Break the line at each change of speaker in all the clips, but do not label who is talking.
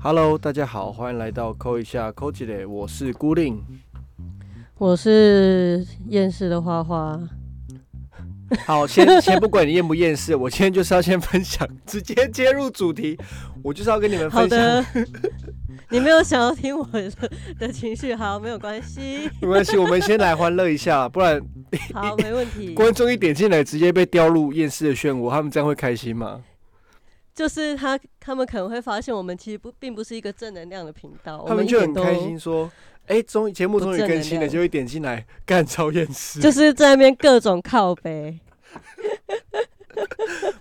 Hello，大家好，欢迎来到扣一下扣起来，我是孤令。
我是厌世的花花，
好，先 先不管你厌不厌世，我今天就是要先分享，直接切入主题，我就是要跟你们
好
分享。
的， 你没有想要听我的的情绪，好，没有关系，
没关系，我们先来欢乐一下，不然
好，没问 题。
观众一点进来直接被掉入厌世的漩涡，他们这样会开心吗？
就是他他们可能会发现，我们其实不并不是一个正能量的频道，
他们
一
就
点
很
都
开心，说：“哎、终于节目终于
不正
更新了，
能量
就一点进来干超厌世，
就是在那边各种靠背。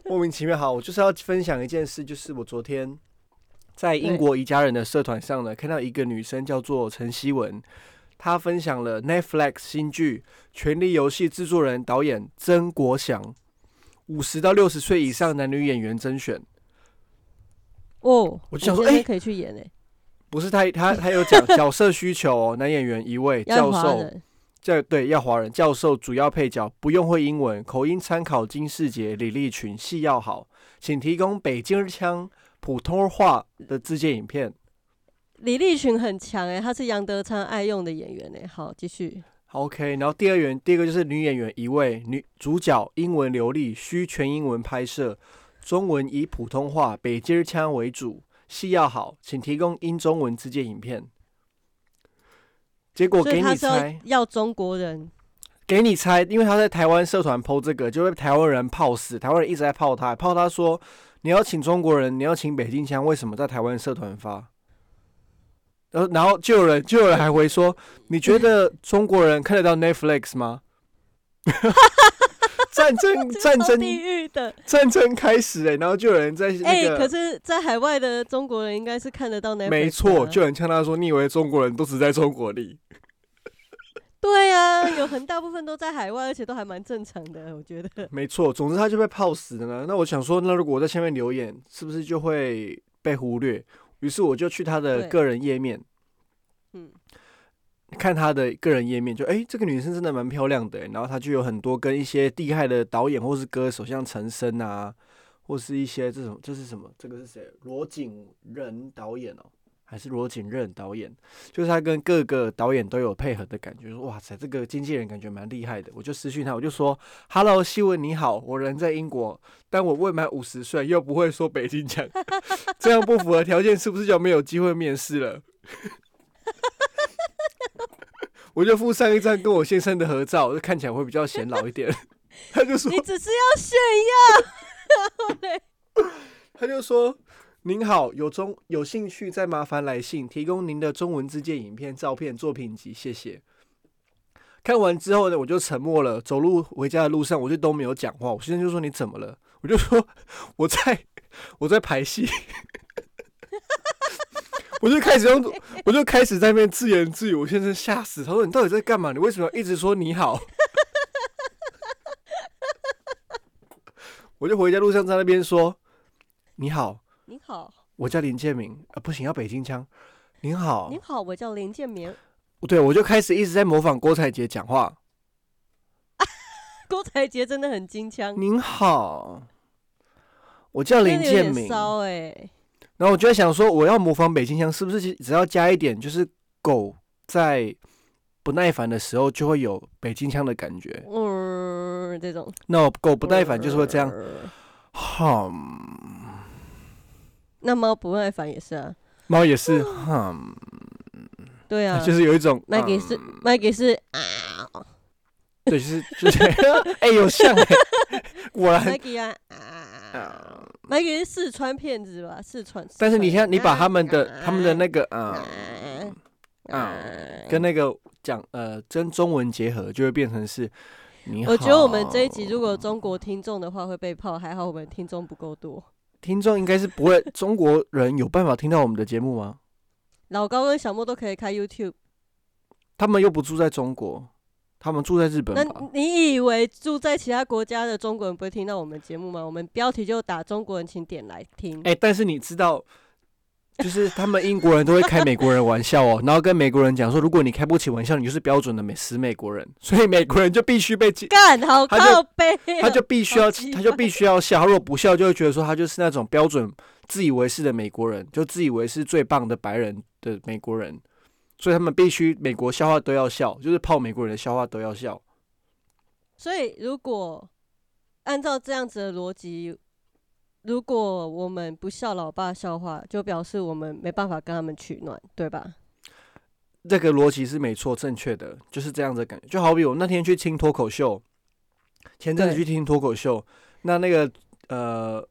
莫名其妙。”好，我就是要分享一件事，就是我昨天在英
对
国宜家人的社团上呢，看到一个女生叫做陈希文，她分享了 Netflix 新剧《权力游戏》制作人导演曾国祥五十到六十岁以上男女演员甄选。
哦，
我就想说
你今
哎
天可以去演欸诶，
不是他，他他有讲角色需求哦，男演员一位，
要
教
华
授
人，
教对要华人，教授主要配角不用会英文，口音参考金世杰、李立群，戏要好，请提供北京腔普通话的自荐影片。
李立群很强诶，他是杨德昌爱用的演员诶。欸好，继续。
OK，然后第二员，第二个就是女演员一位，女主角英文流利，需全英文拍摄，中文以普通话北京腔为主，戏要好，请提供英中文自荐影片。结果
所以
给
他
你
是要
猜，
要中国人，
给你猜，因为他在台湾社团 PO 这个，就被台湾人泡死。台湾人一直在泡他，泡他说你要请中国人，你要请北京腔，为什么在台湾社团发？然后，然后就有人就有人还回说，你觉得中国人看得到 Netflix 吗？战争战
超地
争
狱的。
战争开始哎、然后就有人在
哎、
那个，
可是，在海外的中国人应该是看得到 Netflix 的啊。
没错，就有人呛他说，你以为中国人都只在中国里？
对啊，有很大部分都在海外，而且都还蛮正常的，我觉 得。
没错，总之他就被泡死了呢。那我想说，那如果我在下面留言，是不是就会被忽略？于是我就去他的
对
个人页面
嗯，
看他的个人页面，就哎、诶这个女生真的蛮漂亮的、然后他就有很多跟一些厉害的导演或是歌手，像陈升啊，或是一些这种这是什么？这个是谁？罗景仁导演哦、还是罗景任导演？就是他跟各个导演都有配合的感觉。说哇塞，这个经纪人感觉蛮厉害的。我就私讯他，我就说：“Hello，希文你好，我人在英国，但我未满五十岁，又不会说北京腔， 这样不符合条件，是不是就没有机会面试了？” 我就附上一张跟我先生的合照，就看起来会比较显老一点。 他就说
你只是要炫耀，
他就说：“您好，有中有兴趣再麻烦来信，提供您的中文自荐影片、照片、作品集，谢谢。”看完之后呢，我就沉默了。走路回家的路上，我就都没有讲话。我先生就说：“你怎么了？”我就说：“我在，我在排戏。” 我就开始用，我就开始在那边自言自语。我先生吓死，他说：“你到底在干嘛？你为什么要一直说你好？” 我就回家路上在那边说：“你好，
你好，
我叫林建明，啊，不行，要北京腔。您好
你，好，我叫林建明。
对我就开始一直在模仿郭采洁讲话。
郭采洁真的很金腔，
您好，我叫
嗯真
林
的有
建
点
明。
骚哎、
然后我就在想说，我要模仿北京腔，是不是其只要加一点，就是狗在不耐烦的时候就会有北京腔的感觉？
嗯，这种
那狗不耐烦就是会这样，
嗯
哼。
那猫不耐烦也是啊，
猫也是，
嗯
哼，
对 啊，
就是有一种
麦给是
嗯
麦给是啊
对，就是就是， 哎，有像 哎，果然
麦给啊 啊，麦给是四川骗子吧？四川。
但是你
四川
看，你把他们的
啊
他们的那个啊、
啊嗯
啊跟那个讲呃跟中文结合，就会变成是你好。
我觉得我们这一集如果有中国听众的话会被泡，还好我们听众不够多。
听众应该是不会，中国人有办法听到我们的节目吗？
老高跟小莫都可以开 YouTube，
他们又不住在中国，他们住在日本
那嗯
吧？
你以为住在其他国家的中国人不会
哎
听到我们节目吗？我们标题就打“中国人请点来听
哎、但是你知道，就是他们英国人都会开美国人玩笑哦，然后跟美国人讲说，如果你开不起玩笑，你就是标准的美死美国人，所以美国人就必须被记
干好
他就
靠背哦、
他就必须要
好奇，
他就必须要笑。他如果不笑，就会觉得说他就是那种标准自以为是的美国人，就自以为是最棒的白人的美国人。所以他们必须美国笑话都要笑，就是泡美国人的笑话都要笑。
所以如果按照这样子的逻辑，如果我们不笑老爸笑话，就表示我们没办法跟他们取暖，对吧？
这个逻辑是没错，正确的，就是这样子的感觉。就好比我那天去听脱口秀，前阵子去
对
听脱口秀，那那个呃，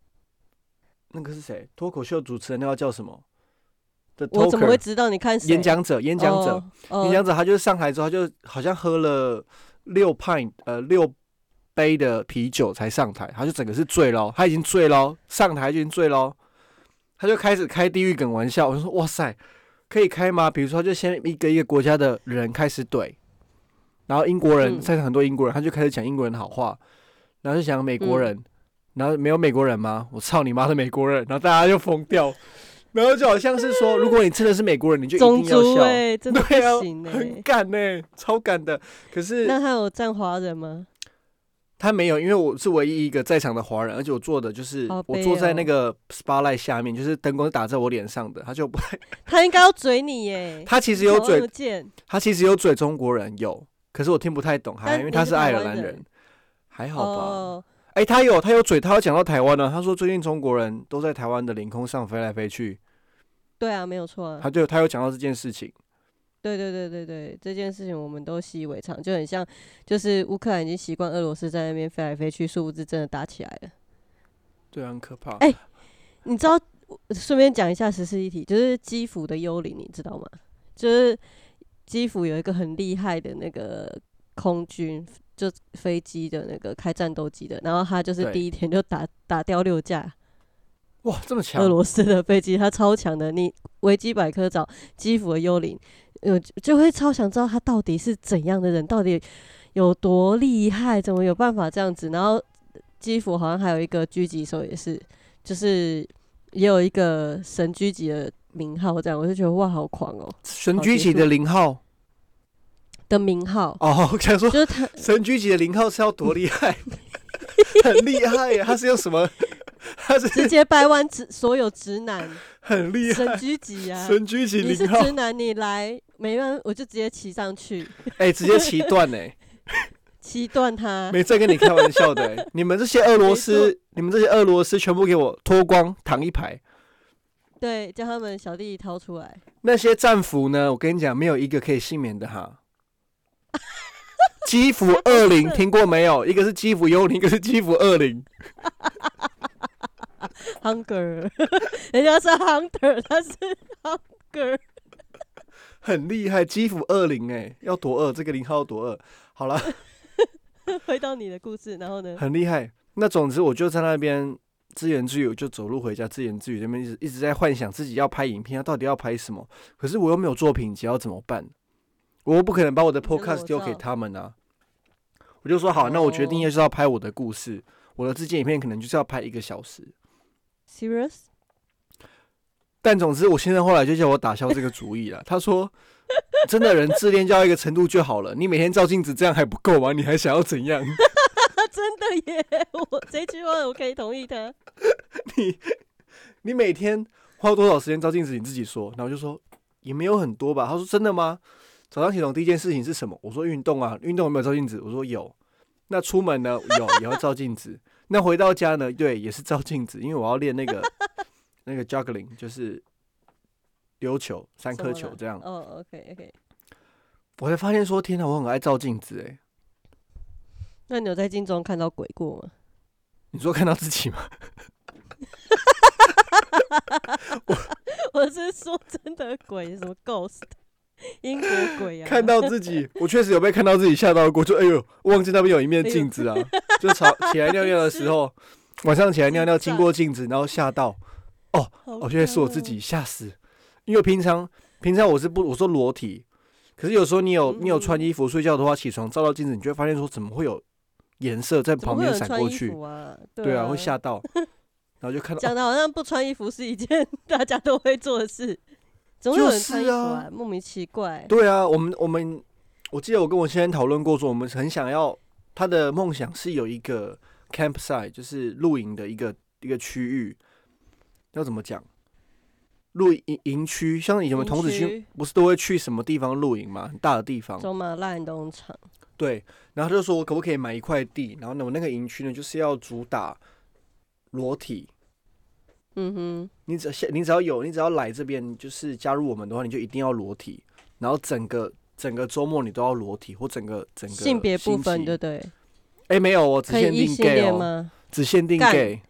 那个是谁？脱口秀主持人那个叫什么？的
我怎么会
talker
知道？你看谁
演讲者，演讲者，
哦
演讲者他就是上台之后，他就好像喝了六派呃六杯的啤酒才上台，他就整个是醉喽，他已经醉喽，上台就已经醉喽，他就开始开地狱梗玩笑，我就说哇塞，可以开吗？比如说他就先一个一个国家的人开始怼，然后英国人
嗯
在场很多英国人，他就开始讲英国人的好话，然后就讲美国人，
嗯
然后没有美国人吗？我操你妈的美国人！然后大家就疯掉。然后就好像是说，如果你真的是美国人，你就一
种
定要
族
笑。
哎、真的不
对啊
行哎、
很敢呢、欸超敢的。可是
那他有占华人吗？
他没有，因为我是唯一一个在场的华人，而且我坐的就是
好
我
悲
坐在那
哦
个 spotlight 下面，就是灯光是打在我脸上的，他就不，
他应该要嘴你耶、
他其
其
实有嘴，
贱，
他其实有嘴中国人有，可是我听不太懂，还
但
因为
你
他
是
是爱
台
尔
湾
兰
人
人，还好吧？
哦，
哎、他有他有嘴，他有讲到台湾呢、他说最近中国人都在台湾的领空上飞来飞去，
对啊，没有错啊
他，就他有讲到这件事情。
对对对对对，这件事情我们都习以为常，就很像就是乌克兰已经习惯俄罗斯在那边飞来飞去，殊不知真的打起来了。
对啊，很可怕。
哎你知道，顺便讲一下时事议题，就是基辅的幽灵，你知道吗？就是基辅有一个很厉害的那个空军，就飞机的那个开战斗机的，然后他就是
对
第一天就打打掉六架
哇，这么强
俄！罗斯的飞机，他超强的。你维基百科找基辅的幽灵，呃，就会超想知道他到底是怎样的人，到底有多厉害，怎么有办法这样子？然后基辅好像还有一个狙击手，也是，就是也有一个神狙击的名号，这样我就觉得哇，好狂哦、
神
好
狙
结
击的
束
零号
的名 号，
哦，想说
就是 他
神狙级的零号是要多厉 害？很厉害耶！他是用什么？他
直
是
接掰弯直所有直男
很 厉害。
神狙击啊！
神狙级
你是
零号
直，男，你来没办法，我就直接骑上去，
哎、直接骑断 哎！
骑断他。
没在跟你开玩笑的、哎你们这些俄罗斯，你们这些俄罗斯全部给我脱光，躺一排。
对，叫他们小弟掏出来。
那些战俘呢？我跟你讲，没有一个可以幸免的哈。基辅二零 听过没有？一个是基辅幽灵，一个是基辅二零。
Hunger，人 家是 Hunter，他是 Hunger。
很厉害，基辅二零哎，要多二，这个零号要多二。好了，
回到你的故事，然后呢？
很厉害。那总之，我就在那边自言自语，我就走路回家自言自语，那边一直一直在幻想自己要拍影片，他到底要拍什么？可是我又没有作品集，要怎么办？我又不可能把我的
你的裸
podcast 丢给
照
他们啊！我就说好，那我决定
哦
就是要拍我的故事，我的自荐影片可能就是要拍一个小时。
Serious？
但总之，我先生后来就叫我打消这个主意了。他说：“真的人自恋到一个程度就好了，你每天照镜子这样还不够吗？你还想要怎样？”
啊，真的耶！我这句话我可以同意他。
你你每天花多少时间照镜子？你自己说。然后我就说也没有很多吧。他说真的吗？早上起床第一件事情是什么？我说运动啊，运动有没有照镜子？我说有。那出门呢？有 也要照镜子。那回到家呢？对，也是照镜子，因为我要练那 个那个 juggling，就是丢球三
什
颗
么
球
啦
这样。
哦，OK，OK、o k OK。
我才发现说，天哪，我很爱照镜子欸诶、
那你有在镜中看到鬼过 吗？
你说看到自己吗？
我是说真的鬼，什么 ghost，英国鬼啊？
看到自己，我确实有被看到自己吓到过，就哎呦，忘记那边有一
哎
面镜子啊，就吵起来尿尿的时 候，晚上起来尿尿经过镜子，然后吓到，
好
哦，原来是我自
香哦。
己，吓死！因为平常平常我是不我说裸体，可是有时候你有你有穿
嗯
衣服睡觉的话，起床照到镜子，你就会发现说怎么会有颜色在
怎么
旁
会有
边
人
闪
穿
过
衣
去？
服啊？
对
啊，
啊，会吓到。然后就看到
讲的好像不穿衣服是一件 大家都会做的事，总
就
有人穿衣
是
服
啊
莫名其怪。
对啊，我们我们我记得我跟我先生讨论过说，我们很想要他的梦想是有一个 campsite，就是露营的一个一个区域，要怎么讲？露营营区，像以前我们
营
童子
区
军不是都会去什么地方露营嘛，很大的地方。
走马烂农场，
对，然后他就说我可不可以买一块地？然后呢，我那个营区呢，就是要主打裸体，
嗯
你只要你只要有，你只要来这边，就是加入我们的话，你就一定要裸体，然后整个整个周末你都要裸体，或整个整
哼，
个
性别不分，
星期
对不对？
哎、没有哦，只
可以
限
异
定
性
gay
恋
哦，
吗？
只限定
干
gay。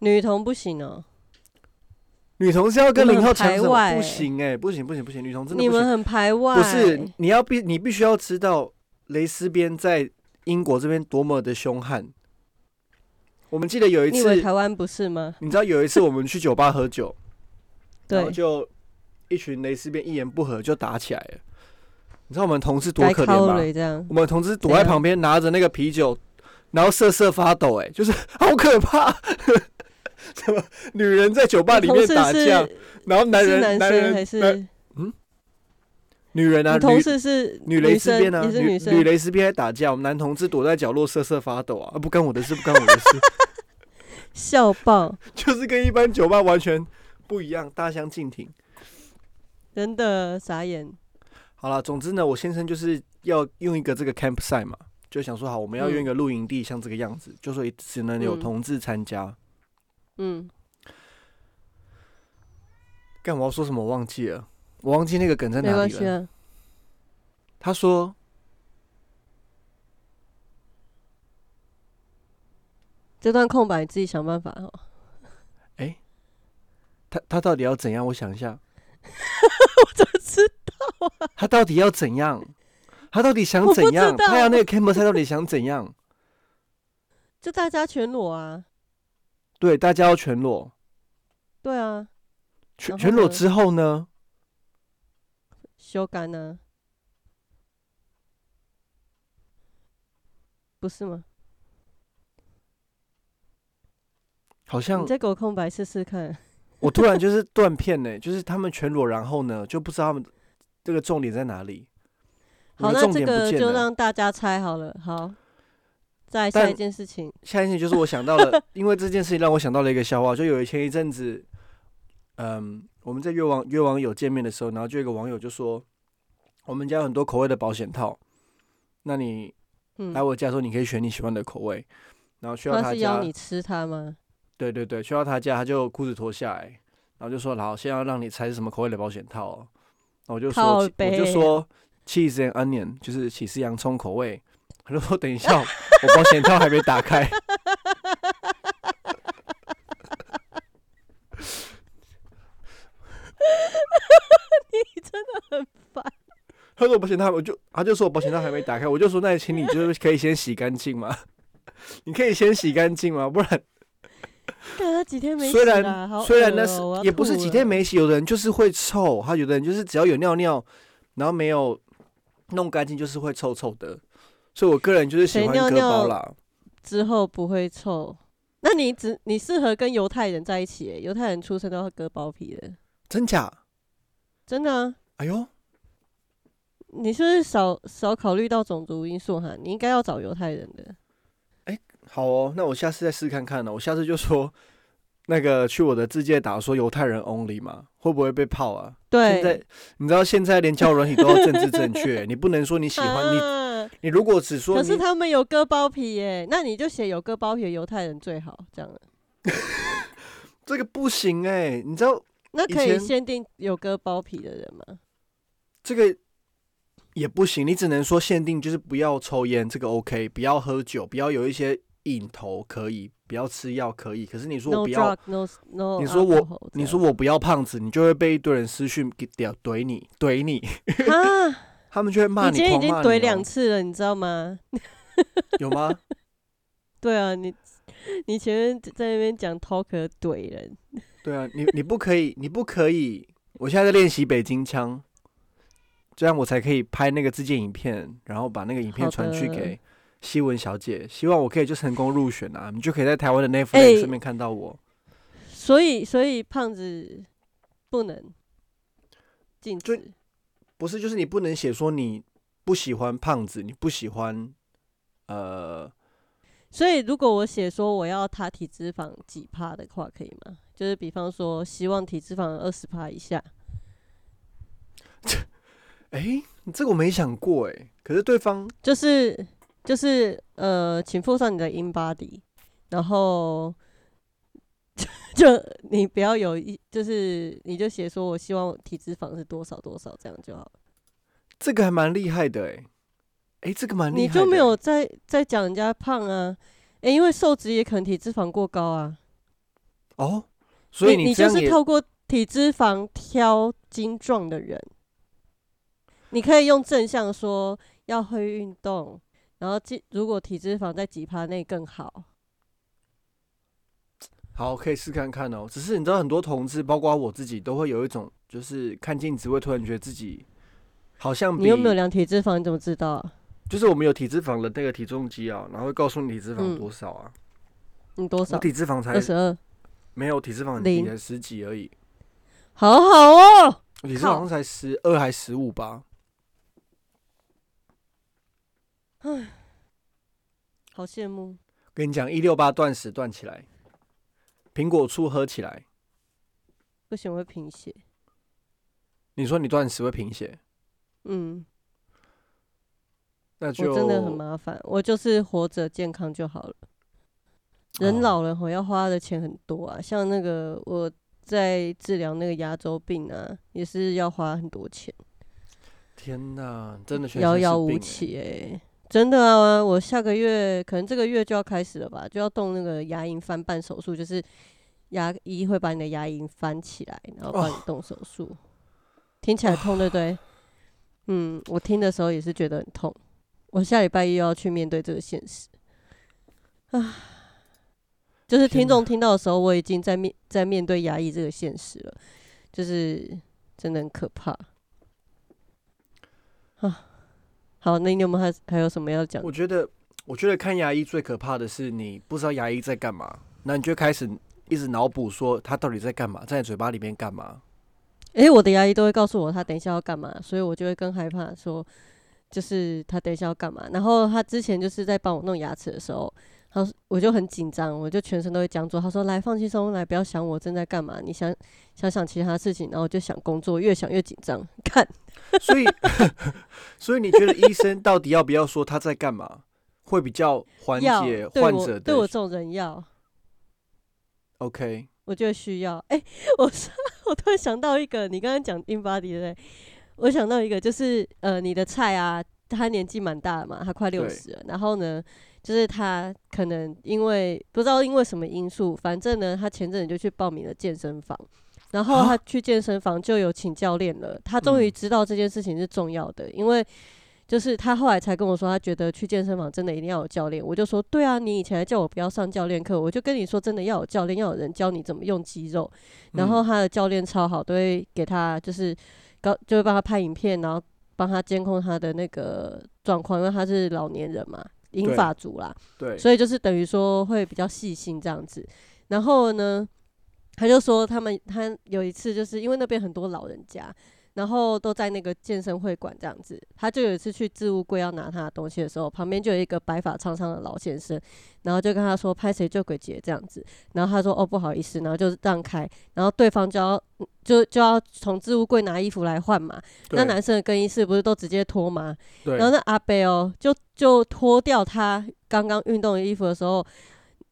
女同不行哦、
女同是要跟
你们
零号
很
抢
排
什么？
外
不
欸
行哎、不行不行不行，女同真的
你
不
们
行。
很排外，
不是，你要必你必须要知道蕾丝边在英国这边多么的凶悍。我们记得有一
你以为
次，
台湾不是吗？
你知道有一次我们去酒吧喝酒，然
对
后，就一群蕾丝边一言不合就打起来了。你知道我们同事多
该
可怜
靠
吗？
雷这样，
我们同事躲
怎
在
样
旁边拿着那个啤酒，然后瑟瑟发抖、哎，就是 好可怕。 什么女人在酒吧里
同
面
事
打
是
架，然后男
是
人
男生
人
还是
男女人啊，
你
女
同事是
女蕾丝边啊，
也是女生，
女蕾丝边在打架，我们男同志躲在角落瑟瑟发抖啊，啊不干我的事，不干我的事，
笑爆，
就是跟一般酒吧完全不一样，大相径庭。
真的傻眼。
好了，总之呢，我先生就是要用一个这个 campsite 嘛，就想说好，我们要用一个露营地，像这个样子，就说只能有
嗯
同志参加。
嗯，
干我要说什么我忘记了，我忘记那个梗在
没
哪
关
里
系
了。
啊，
他说
这段空白你自己想办法哦。
他他到底要怎样？我想一下，
我 怎么知
他到底要怎样？他到底想
我不
怎样？
知道
他要那个 camera 他到底想怎样？
就大家全裸啊？
对，大家要全裸，
对啊，
全
然后
全裸
呢
之后呢？
修干啊呢、不是吗？
好
你
像
再给我空白试试看。
我突然就是断片呢、 就是他们全裸，然后呢就不知道他们这个重点在哪里。我
好，
的
那
重
这
点不
个
见
就
了。
让大家猜好了。好，再下一
但
件事情，
下一件就是我想到 了，因为这件事情让我想到了一个笑话，就有一前一阵子，嗯，我们在约网约网友见面的时候，然后就有一个网友就说，我们家有很多口味的保险套，那你
嗯
来，我家的时候，你可以选你喜欢的口味，然后去到
他
他
是邀
家，
你吃它吗？
对对对，去到他家，他就裤子脱下来，然后就说，好，现在要让你猜是什么口味的保险套、哦，然后我就说，
靠
我就
北
说 cheese and onion，就是起司洋葱口味，他就说等一下，我保险套还没打开。他说我保险套，我就他就说我保险套还没打开，我就说那请你就是可以先洗干净吗？ 你可以先洗干净吗？不然
看他几天 没洗
虽
啦好
然虽然
恶
那
哦我
是
要
也不是
吐
几
了
天没洗，有的人就是会臭，他有的人就是只要有尿尿，然后没有弄干净就是会臭臭的。所以我个人就是喜
谁
欢
尿
割包
尿
啦，
之后不会臭。那你只你适合跟犹太人在一起耶，犹太人出生都要割包皮的，
真假？
真的、啊。
哎呦，
你是不是少少考虑到种族因素哈？你应该要找犹太人的。
好哦，那我下次再试看看呢。我下次就说 那个去我的字界打说犹太人 only 嘛，会不会被泡啊？现在
对，
你知道现在连交友软体都要政治正确，你不能说你喜欢你
啊
你如果只说
可
你
是他们有割包皮耶，那你就写有割包皮的犹太人最好这样啊了。
这个不行哎、你知道
那
以
可以
前
限定有割包皮的人吗？
这个也不行，你只能说限定就是不要抽烟，这个 OK，不要喝酒，不要有一些瘾头可以，不要吃药可以。可是你说
No
我不要
drug, no no alcohol 这样。
你说我你 说我不要胖子，你就会被一堆人私讯给怼怼你怼你，
啊？
他们就会骂
你今天已
狂
经
骂
怼
你
两
哦，
次了，你知道吗？
有吗？
对啊，你你前面在那边讲 talker 怼人，
对啊，你你不可以，你不可以。我现在在练习北京腔，这样我才可以拍那个自荐影片，然后把那个影片
好
传去
的
给希文小姐。希望我可以就成功入选啊，你就可以在台湾的
哎
Netflix 上面看到我。
所以所以胖子不能禁
就
止，
不是，就是你不能写说你不喜欢胖子，你不喜欢呃
所以如果我写说我要他体脂肪几帕的话，可以吗？就是比方说希望体脂肪二十帕以下，
哎、这个我没想过哎、可是对方
就是就是呃，请附上你的 in body，然后就 你不要有一，就是你就写说我希望体脂肪是多少多少，这样就好了。
这个还蛮厉害的哎、哎、这个蛮厉
你
害的欸、
就没有再再讲人家胖啊？诶、因为瘦子也可能体脂肪过高啊。
哦，所以
你你
这
就
样也
是透过体脂肪挑精壮的人，你可以用正向说要会运动，然后体如果体脂肪在几趴内更好。
好，可以试看看哦。只是你知道，很多同志，包括我自己，都会有一种就是看镜子会突然觉得自己好像嗯比
你又没有量体脂肪，你怎么知道啊、
就是我们有体脂肪的那个体重机啊，然后会告诉你体脂肪
嗯
多少啊。
你多
我
少？
体脂肪才
二十二，
没有，体脂肪很低，
零
才十几而已。
好好哦。
我体脂肪
靠
好像才十二还十五吧。
好羡慕，
跟你讲，一六八断食断起来，苹果醋喝起来。
不行我会贫血。
你说你断食会贫血，
嗯，
那
我
就
真的很麻烦，我就是活着健康就好了。人
哦
老了吼，要花的钱很多啊，像那个我在治疗那个牙周病啊，也是要花很多钱，
天哪，真的全身
遥遥
是
无
病欸
期哎、真的啊，我下个月可能这个月就要开始了吧，就要动那个牙龈翻瓣手术，就是牙医会把你的牙龈翻起来，然后帮你
哦
动手术。听起来痛，对不对？嗯，我听的时候也是觉得很痛。我下礼拜又要去面对这个现实啊！就是
天
听众
哪
听到的时候，我已经在面在面对牙医这个现实了，就是真的很可怕啊！好，那你有没有还还有什么要讲？
我觉得，我觉得看牙医最可怕的是你不知道牙医在干嘛，那你就开始一直脑补说他到底在干嘛，在你嘴巴里面干嘛。
诶、我的牙医都会告诉我他等一下要干嘛，所以我就会更害怕说，就是他等一下要干嘛。然后他之前就是在帮我弄牙齿的时候，他我就很紧张，我就全身都会僵住。他说：“来，放轻松，来，不要想我正在干嘛，你想想想其他事情。”然后我就想工作，越想越紧张。看，
所 以，所以你觉得医生到底要不要说他在干嘛，会比较缓
要
解
对
患者
我对我
的
这种人要，
？OK，
我觉得需要。诶、我说我突然想到一个，你刚刚讲 in body 对不对？我想到一个，就是呃，你的菜啊，他年纪蛮大的嘛，他快
对
六十了，然后呢，就是他可能因为不知道因为什么因素，反正呢，他前阵子就去报名了健身房。然后他
啊
去健身房就有请教练了，他终于
嗯
知道这件事情是重要的，因为就是他后来才跟我说，他觉得去健身房真的一定要有教练。我就说，对啊，你以前还叫我不要上教练课，我就跟你说真的要有教练，要有人教你怎么用肌肉。然后
嗯
他的教练超好，都会给他就是高，就会帮他拍影片，然后帮他监控他的那个状况，因为他是老年人嘛，银
对
发族啦，
对，
所以就是等于说会比较细心这样子。然后呢，他就说他们他有一次就是因为那边很多老人家，然后都在那个健身会馆这样子，他就有一次去置物柜要拿他的东西的时候，旁边就有一个白发苍苍的老先生，然后就跟他说拍谁救鬼姐这样子，然后他说哦不好意思，然后就让开，然后对方就要就就要从置物柜拿衣服来换嘛，那
对
男生的更衣室不是都直接脱吗？
对
然后那阿贝哦，就就脱掉他刚刚运动的衣服的时候，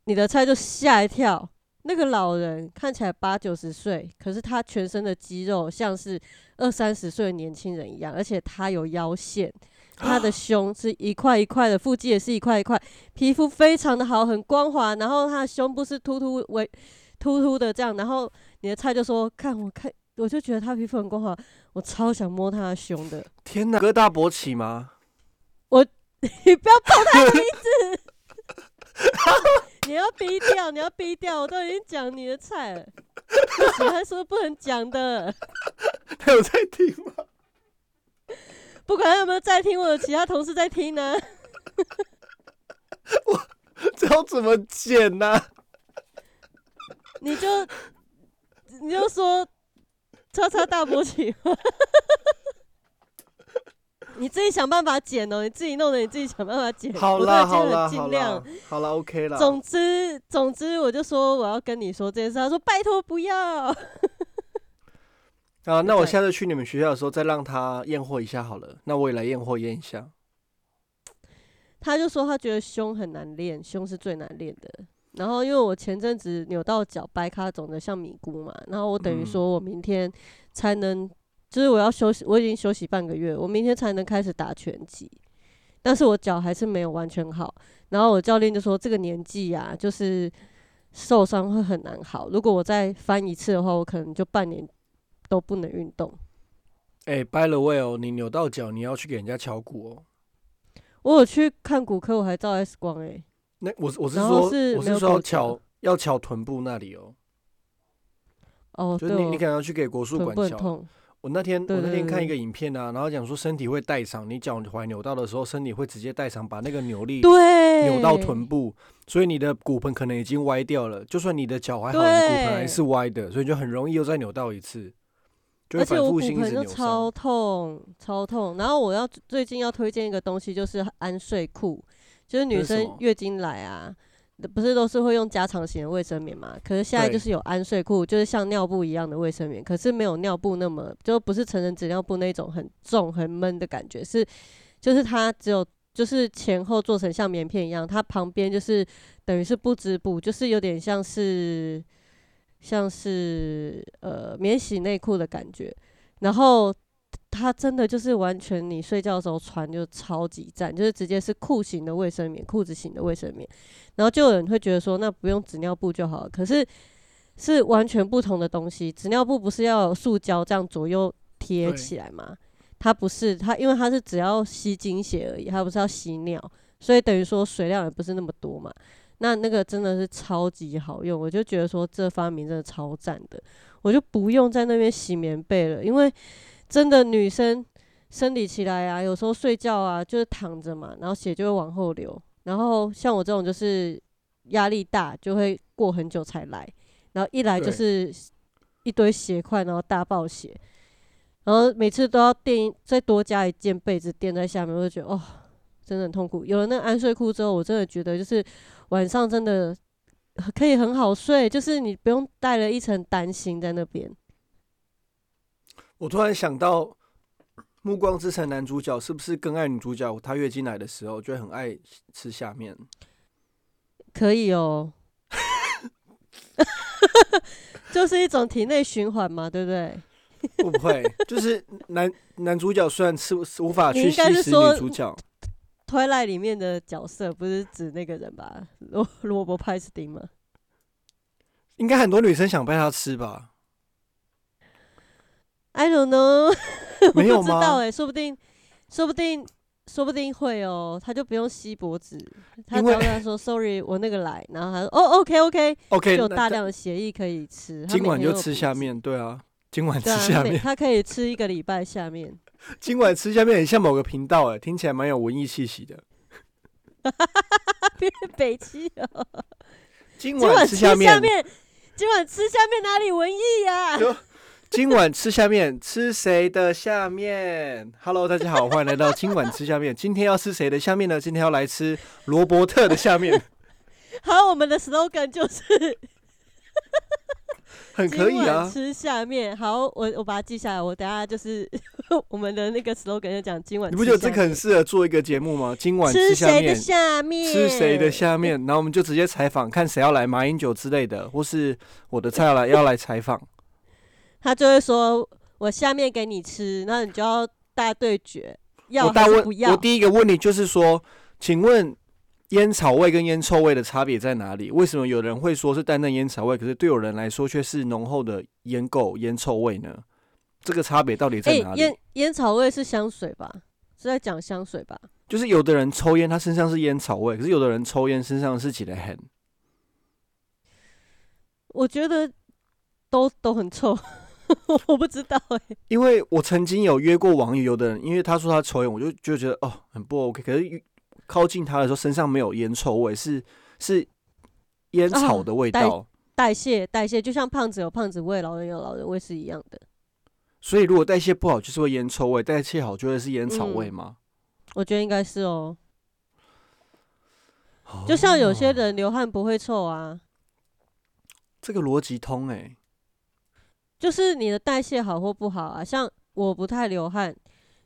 你的菜就吓一跳。那个老人看起来八九十岁，可是他全身的肌肉像是二三十岁的年轻人一样，而且他有腰线，他的胸是一块一块的，腹肌也是一块一块，皮肤非常的好，很光滑，然后他的胸部是突突为突突的这样，然后你的菜就说看我看，我就觉得他皮肤很光滑，我超想摸他的胸的，
天哪，哥大勃起吗？
你不要碰他的鼻子， 你要逼掉，你要逼掉，我都已经讲你的菜了，不行，他说不能讲的，
他有在听吗？
不管他有没有在听，我有其他同事在听呢、
这要怎么剪呢、
你就你就说叉叉大波奇， 你自己想办法剪哦，你自己弄的，你自己想办法剪。
好
我
啦，
都
好
已经
啦，
很
好
尽
啦
量。，
好啦，OK 啦。
总之，总之，我就说我要跟你说这件事。他说拜托不要。
啊，那我
对
下次去你们学校的时候再让他验货一下好了。那我也来验货验一下。
他就说他觉得胸很难练，胸是最难练的。然后因为我前阵子扭到脚，掰咖肿的像米糊嘛，然后我等于
嗯
说我明天才能，就是我要休息，我已经休息半个月，我明天才能开始打拳击。但是我脚还是没有完全好，然后我教练就说这个年纪啊，就是受伤会很难好。如果我再翻一次的话，我可能就半年都不能运动。
哎、b y the way 哦，你扭到脚，你要去给人家敲骨哦。
我有去看骨科，我还照 X 光诶、欸
那我是我是
然后
说，
是
我
没
是
有
说要
骨折
敲要敲臀部那里哦，
哦，
就
对
是你你
哦，
可能要去给国术
臀
馆
部很
敲。
痛。
我那天
对
我那
对
天
对
看一
对
个影片啊，然后讲说身体会带伤，你脚踝扭到的时候，身体会直接带伤，把那个扭力
对，
扭到臀部，所以你的骨盆可能已经歪掉了。就算你的脚踝好，你骨盆还
对
是歪的，所以就很容易又再扭到一次，就
而
会
且
反
我骨
复性一
盆
直
就
扭伤
超。痛，超痛。然后我要最近要推荐一个东西，就是安睡裤，就是
那
女
是什
生
么
月经来啊，不是都是会用加长型的卫生棉嘛？可是现在
对
就是有安睡裤，就是像尿布一样的卫生棉，可是没有尿布那么，就不是成人纸尿布那种很重很闷的感觉，是就是它只有。就是前后做成像棉片一样，它旁边就是等于是不织布，就是有点像是像是呃免洗内裤的感觉，然后它真的就是完全你睡觉的时候穿就超级赞，就是直接是裤型的卫生棉，裤子型的卫生棉。然后就有人会觉得说，那不用纸尿布就好了。可是是完全不同的东西，纸尿布不是要有塑胶这样左右贴
对
起来吗？它不是，它因为它是只要吸精血而已，它不是要吸尿，所以等于说水量也不是那么多嘛。那那个真的是超级好用，我就觉得说这发明真的超赞的，我就不用在那边洗棉被了，因为真的女生生理起来啊，有时候睡觉啊就是躺着嘛，然后血就会往后流，然后像我这种就是压力大，就会过很久才来，然后一来就
对
是一堆血块，然后大爆血，然后每次都要垫一再多加一件被子垫在下面，我就觉得哦，真的很痛苦。有了那个安睡裤之后，我真的觉得就是晚上真的可以很好睡，就是你不用带了一层担心在那边。
我突然想到，《暮光之城》男主角是不是更爱女主角？她月经来的时候就会很爱吃下面。
可以哦， 就是一种体内循环嘛，对不对？
会不会就是男男主角虽然吃无法
你
去
应该
吸
是
食
说
女主角，
t w i l i g h t 里面的角色不是指那个人吧？罗罗伯派斯汀吗？
应该很多女生想被他吃 吧？
I don't know，
没
我
有
不知道
吗？
哎、说不定，说不定，说不定会哦、他就不用吸脖子，他
因
只要
为
跟他说 “sorry”，我那个来，然后他说“哦，OK OK”，
OK，
就有
那
大
那
量的协议可以吃。他
今
每
晚
天
就
都有
吃
补
下
给，
面，对啊，今晚吃
对啊，
下
他每
面，
他可以吃一个礼拜下面。
今晚吃下面很像某个频道哎、听起来蛮有文艺气息的。
北七哦、
今
今晚
吃
吃下
面，
面，今晚吃下面哪里文艺呀、
就今晚吃下面，吃谁的下面？Hello，大家好，欢迎来到今晚吃下面。今天要吃谁的下面呢？今天要来吃罗伯特的下 面，
好，我们的 slogan 就是
很
今
可以
晚
啊。
吃下面。好，我我把它记下来，我等下就是 我们的那个 slogan 就讲今晚
你
吃下面。
不觉得这个很适合做一个节目吗？今晚
吃
下
谁的
面，
下面？
吃谁的下面，然后我们就直接采访，看谁要来马英九之类的，或是我的菜要来要来采访。
他就会说：“我下面给你吃，那你就要大对决，要
我大
还是
问
不，要
我？”第一个问题就是说，请问烟草味跟烟臭味的差别在哪里？为什么有人会说是淡淡烟草味，可是对有人来说却是浓厚的烟垢、烟臭味呢？这个差别到底在
哎
哪，里？
烟烟草味是香水吧？是在讲香水吧？
就是有的人抽烟，他身上是烟草味，可是有的人抽烟身上是起来很。
我觉得都都很臭， 我不知道哎、
因为我曾经有约过网友，有的人因为他说他抽烟，我就就觉得哦很不 OK。可是靠近他的时候，身上没有烟臭味，是是烟草的味
啊带
道，
代谢代谢，就像胖子有胖子味，老人有老人味是一样的。
所以如果代谢不好，就是会烟抽味；代谢好，就会是烟
嗯
草味吗？
我觉得应该是哦，
哦
就像有些人流汗不会臭啊，
这个逻辑通哎、欸，
就是你的代谢好或不好啊。像我不太流汗，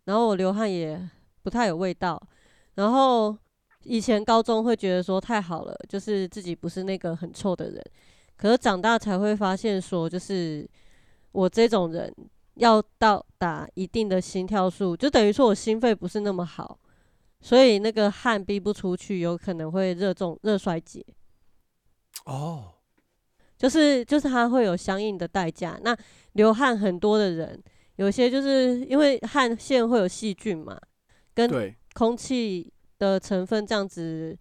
然后我流汗也不太有味道，然后以前高中会觉得说太好了，就是自己不是那个很臭的人，可是长大才会发现说，就是我这种人要到达一定的心跳数，就等于说我心肺不是那么好，所以那个汗逼不出去，有可能会热中热衰竭。
哦，
就是就是它会有相应的代价。那流汗很多的人，有些就是因为汗腺会有细菌嘛，跟
对，
空气的成分这样子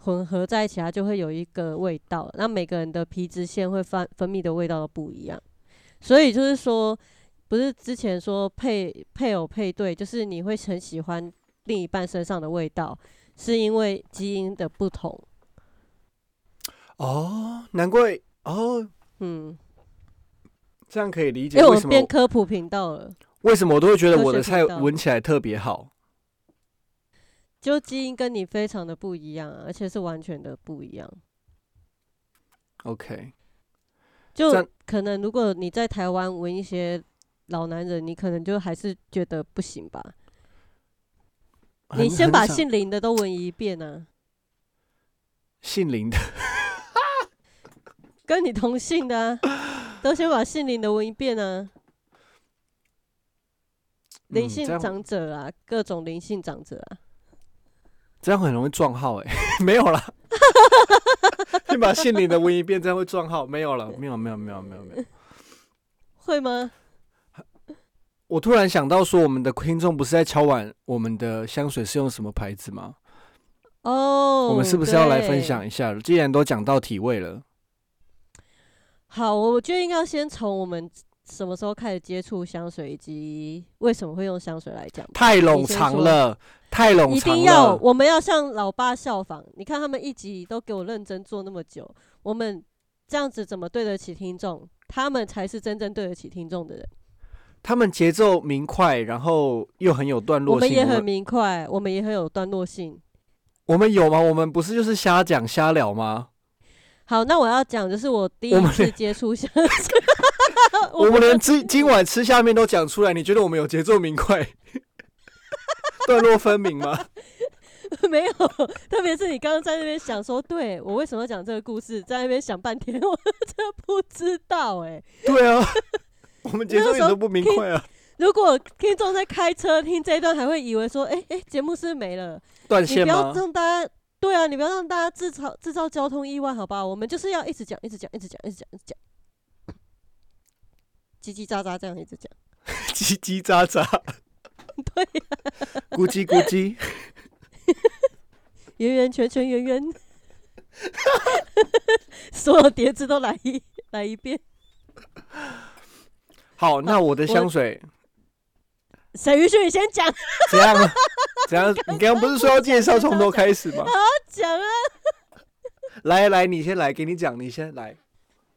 混合在一起，它就会有一个味道。那每个人的皮脂腺会分分泌的味道都不一样，所以就是说，不是之前说配配偶配对，就是你会很喜欢另一半身上的味道，是因为基因的不同。
哦，难怪哦，
嗯，
这样可以理
因
解
为我
为
们
什么
变科普频道了，
为什么我都会觉得我的
科学
菜
频道
闻起来特别好。
就基因跟你非常的不一样啊，而且是完全的不一样。
OK，
就
这样
可能如果你在台湾闻一些老男人，你可能就还是觉得不行吧。你
很
先把
很少
姓林的都闻一遍啊，
姓林 的，
跟你同姓的、啊，都先把姓林的闻一遍啊。林
嗯
姓
这样
长者啊，各种林姓长者啊，
这样很容易撞号哎、 没有 啦。你把姓林的闻一遍，这样会撞号？没有了，没有，没有，没有，没有，没有。
会吗？
我突然想到说，我们的听众不是在敲碗，我们的香水是用什么牌子吗？
哦、
我们是不是要来分
对？
享一下？既然都讲到体味了，
好，我觉得应该要先从我们什么时候开始接触香水，以及为什么会用香水来讲吧。
太
你
冗
先
长
说
了，太冗
一
长
定要，
了。
我们要向老爸效仿。你看他们一集都给我认真做那么久，我们这样子怎么对得起听众？他们才是真正对得起听众的人。
他们节奏明快，然后又很有段
我
落
们
性。
也很明快，我们也很有段落性。
我们有吗？我们不是就是瞎讲瞎聊吗？
好，那我要讲就是我第
我
一
们
次
连
接触香呃
我们连今今晚吃下面都讲出来，你觉得我们有节奏明快、 段落分明吗？
没有，特别是你刚刚在那边想说，对我为什么要讲这个故事，在那边想半天，我真的不知道哎、
对啊，我们节奏一点都不明快啊，
如果听众在开车听这一段，还会以为说，哎、哎，节、目是不是没了。
断
你
线
不要
吗？
让大家，对啊，你不要让大家制造制造交通意外，好吧？我们就是要一直讲，一直讲，一直讲，一直讲，一直讲，叽叽喳喳这样一直讲。
叽叽喳喳，
对、啊，
咕叽咕叽。
圆圆圈圈圆圆， 所有碟子都来一来一遍。
好，那我的香水
谁允许你先讲？
怎样？怎样？你刚刚不是说要介绍从头开始吗？
讲啊！
来来，你先来，给你讲，你先来。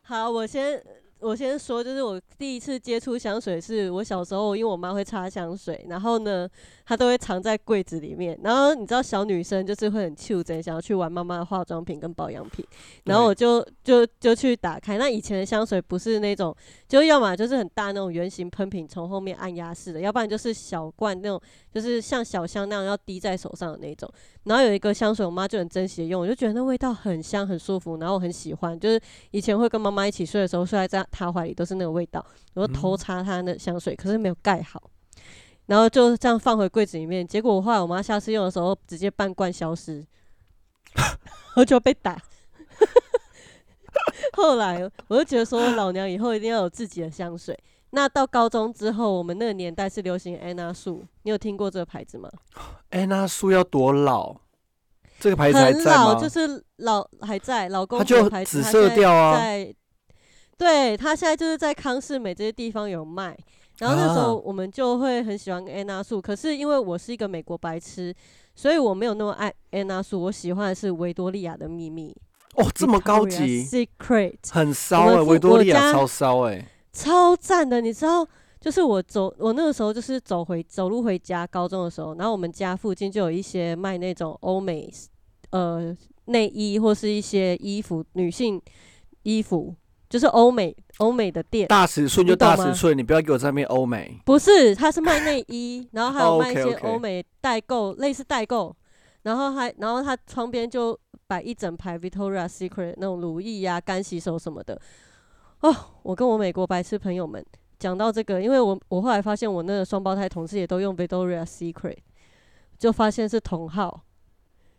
好，我先我先说，就是我第一次接触香水是我小时候，因为我妈会擦香水，然后呢，她都会藏在柜子里面。然后你知道小女生就是会很求真，想要去玩妈妈的化妆品跟保养品，然后我就就就去打开。那以前的香水不是那种，就要么就是很大那种圆形喷瓶，从后面按压式的，要不然就是小罐那种，就是像小香那样要滴在手上的那种。然后有一个香水，我妈就很珍惜的用，我就觉得那味道很香很舒服，然后我很喜欢，就是以前会跟妈妈一起睡的时候，睡在她她怀里都是那个味道，我就偷擦她的香水，可是没有盖好，然后就这样放回柜子里面。结果我后来我妈下次用的时候，直接半罐消失， 我就被打。 后来我就觉得说，老娘以后一定要有自己的香水。那到高中之后，我们那个年代是流行安娜素，你有听过这个牌子吗？
哎，那树要多老？这个牌子还
很
在吗
老，？就是老还在老公
它
的
就
牌子，
紫
它
色
现在
调啊。
在，对他现在就是在康士美这些地方有卖。然后那时
啊
候我们就会很喜欢安娜素，可是因为我是一个美国白痴，所以我没有那么爱安娜素。我喜欢的是维多利亚的秘密，
哦，这么高级，
Secret
很骚
我
哎、
们父
维多利
我
亚
家
超骚哎、
超赞的，你知道？就是我走，我那个时候就是走回走路回家，高中的时候，然后我们家附近就有一些卖那种欧美呃内衣或是一些衣服，女性衣服，就是欧美欧美的店，
大尺寸就
你懂
大
吗
尺寸，你不要给我在那边欧美。
不是，它是卖内衣，然后还有卖一些
OK，OK
欧美代购，类似代购，然后还然后它窗边就摆一整排 Victoria Secret 那种乳液呀、干洗手什么的。哦，我跟我美国白痴朋友们讲到这个，因为我我后来发现我那个双胞胎同事也都用 Victoria Secret，就发现是同号，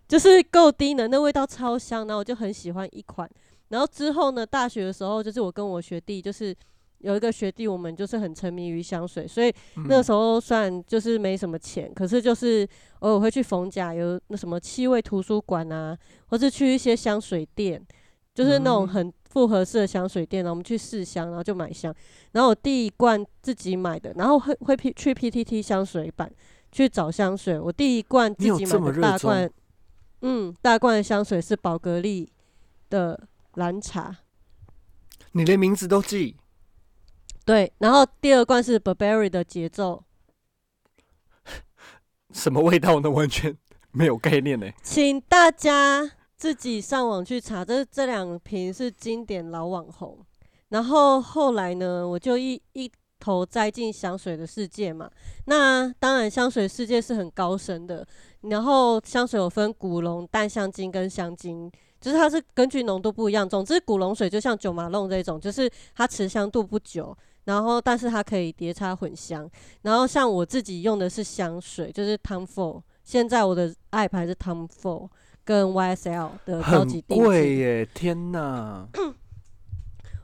就是够低能，那味道超香，然后我就很喜欢一款。然后之后呢，大学的时候就是我跟我学弟就是。有一个学弟，我们就是很沉迷于香水，所以
嗯
那时候虽然就是没什么钱，可是就是偶尔会去逢甲有那什么气味图书馆啊，或是去一些香水店，就是那种
嗯
很复合式的香水店，然后我们去试香，然后就买香。然后我第一罐自己买的，然后会会 P 去 PTT 香水版去找香水。我第一罐自
你有
己
这么
买的
热
大
衷
罐，嗯，大罐的香水是宝格丽的蓝茶。
你连名字都记，
对，然后第二罐是 Burberry 的节奏，
什么味道呢？完全没有概念呢、哎
请大家自己上网去查，这这两瓶是经典老网红。然后后来呢，我就一一头栽进香水的世界嘛。那当然，香水世界是很高深的。然后香水有分古龙、淡香精跟香精，就是它是根据浓度不一样。总之，古龙水就像九马弄这种，就是它持香度不久，然后但是它可以叠插混香。然后像我自己用的是香水，就是 Tom Ford。现在我的爱牌是 Tom Ford 跟 YSL 的高呃级
很
定制。
贵耶、天哪！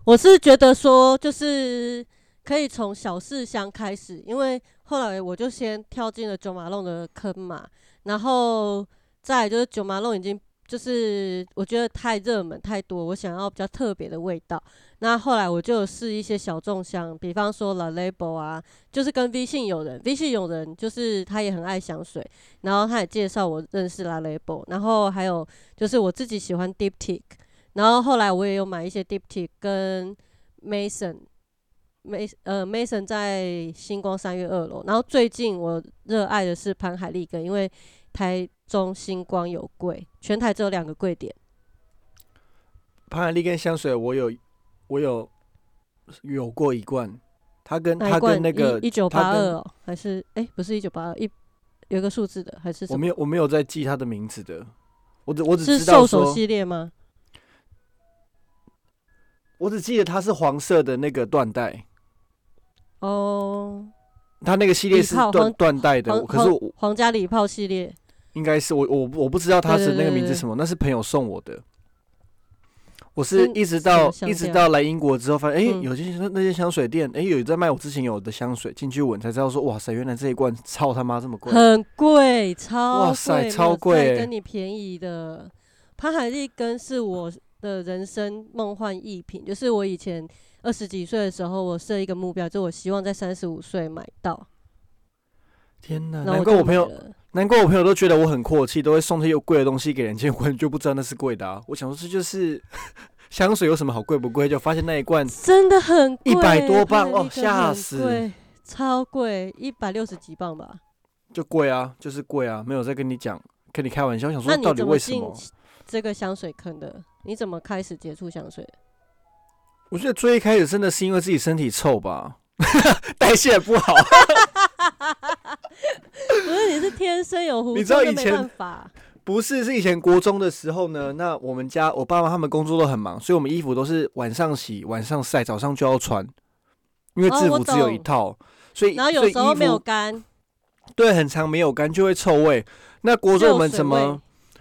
我是觉得说，就是可以从小事箱开始，因为后来我就先跳进了九马弄的坑嘛，然后再来就是九马弄已经就是我觉得太热门太多，我想要比较特别的味道。那后来我就有试一些小众香，比方说 La Label 啊，就是跟 V 信友人，V 信友人就是他也很爱香水，然后他也介绍我认识 La Label，然后还有就是我自己喜欢 d i p t i q 然后后来我也有买一些 Dipty 跟 Mason。Mas 呃 Mason 在星光三月二楼，然后最近我热爱的是潘海利根，因为台中星光有柜，全台只有两个柜点。
潘海利根香水我有，我有有过一罐，它跟嗯
哪
它
一罐
跟那个
一九
它
八
跟
二哦，还是哎、不是一九八二一，有一个数字的还是
我
什么？
没有我没有在记它的名字的，我只我只
是
知道
兽手
说，
系列吗？
我只记得它是黄色的那个缎带，
哦，
它那个系列
礼
是
炮
缎
黄
缎带的，
皇
我可是
皇
我
皇家礼炮系列，
应该是我我不我不知道它
对
是
对
那个
对
名字
对
是什么，那是朋友送我的。我是
嗯
一直
什么
到
香
一直
调
到来英国之后，发现哎、
嗯
有些那那些香水店，哎、有在卖我之前有的香水，进去闻才知道说，哇塞，原来这一罐操他妈这么贵。
很贵，超
哇塞
贵
超
没有
贵
再
欸
跟你便宜的。潘海利根是我的人生梦幻逸品，就是我以前二十几岁的时候，我设一个目标，就我希望在三十五岁买到。
天哪，
然后
啊难
就
怪我朋
买
友，
了
难怪我朋友都觉得我很阔气，都会送这些贵的东西给人家闻，就不知道那是贵的啊。我想说这就是 香水有什么好贵不贵，就发现那一罐
真的很贵，
100多磅
潘海利
哦
根
吓
很
死
贵，超贵，一百六十几磅吧。
就贵啊，就是贵啊，没有在跟你讲，跟你开玩笑，想说
那
到底
你怎么
为什
进
么？
这个香水坑的？你怎么开始接触香水？
我觉得最一开始真的是因为自己身体臭吧， 代谢不好。
不是你是天生有狐，
你知道
真的
以
没
前
办法
不是，是以前国中的时候呢，那我们家我爸妈他们工作都很忙，所以我们衣服都是晚上洗、晚上晒、早上就要穿，因为
哦
制
我
服只有一
懂
套，所以
然后
所
有
以
时候
衣
没有
服
干，
对很长没有干就会臭味。那国
就
中
有
我们
水
怎
味
么？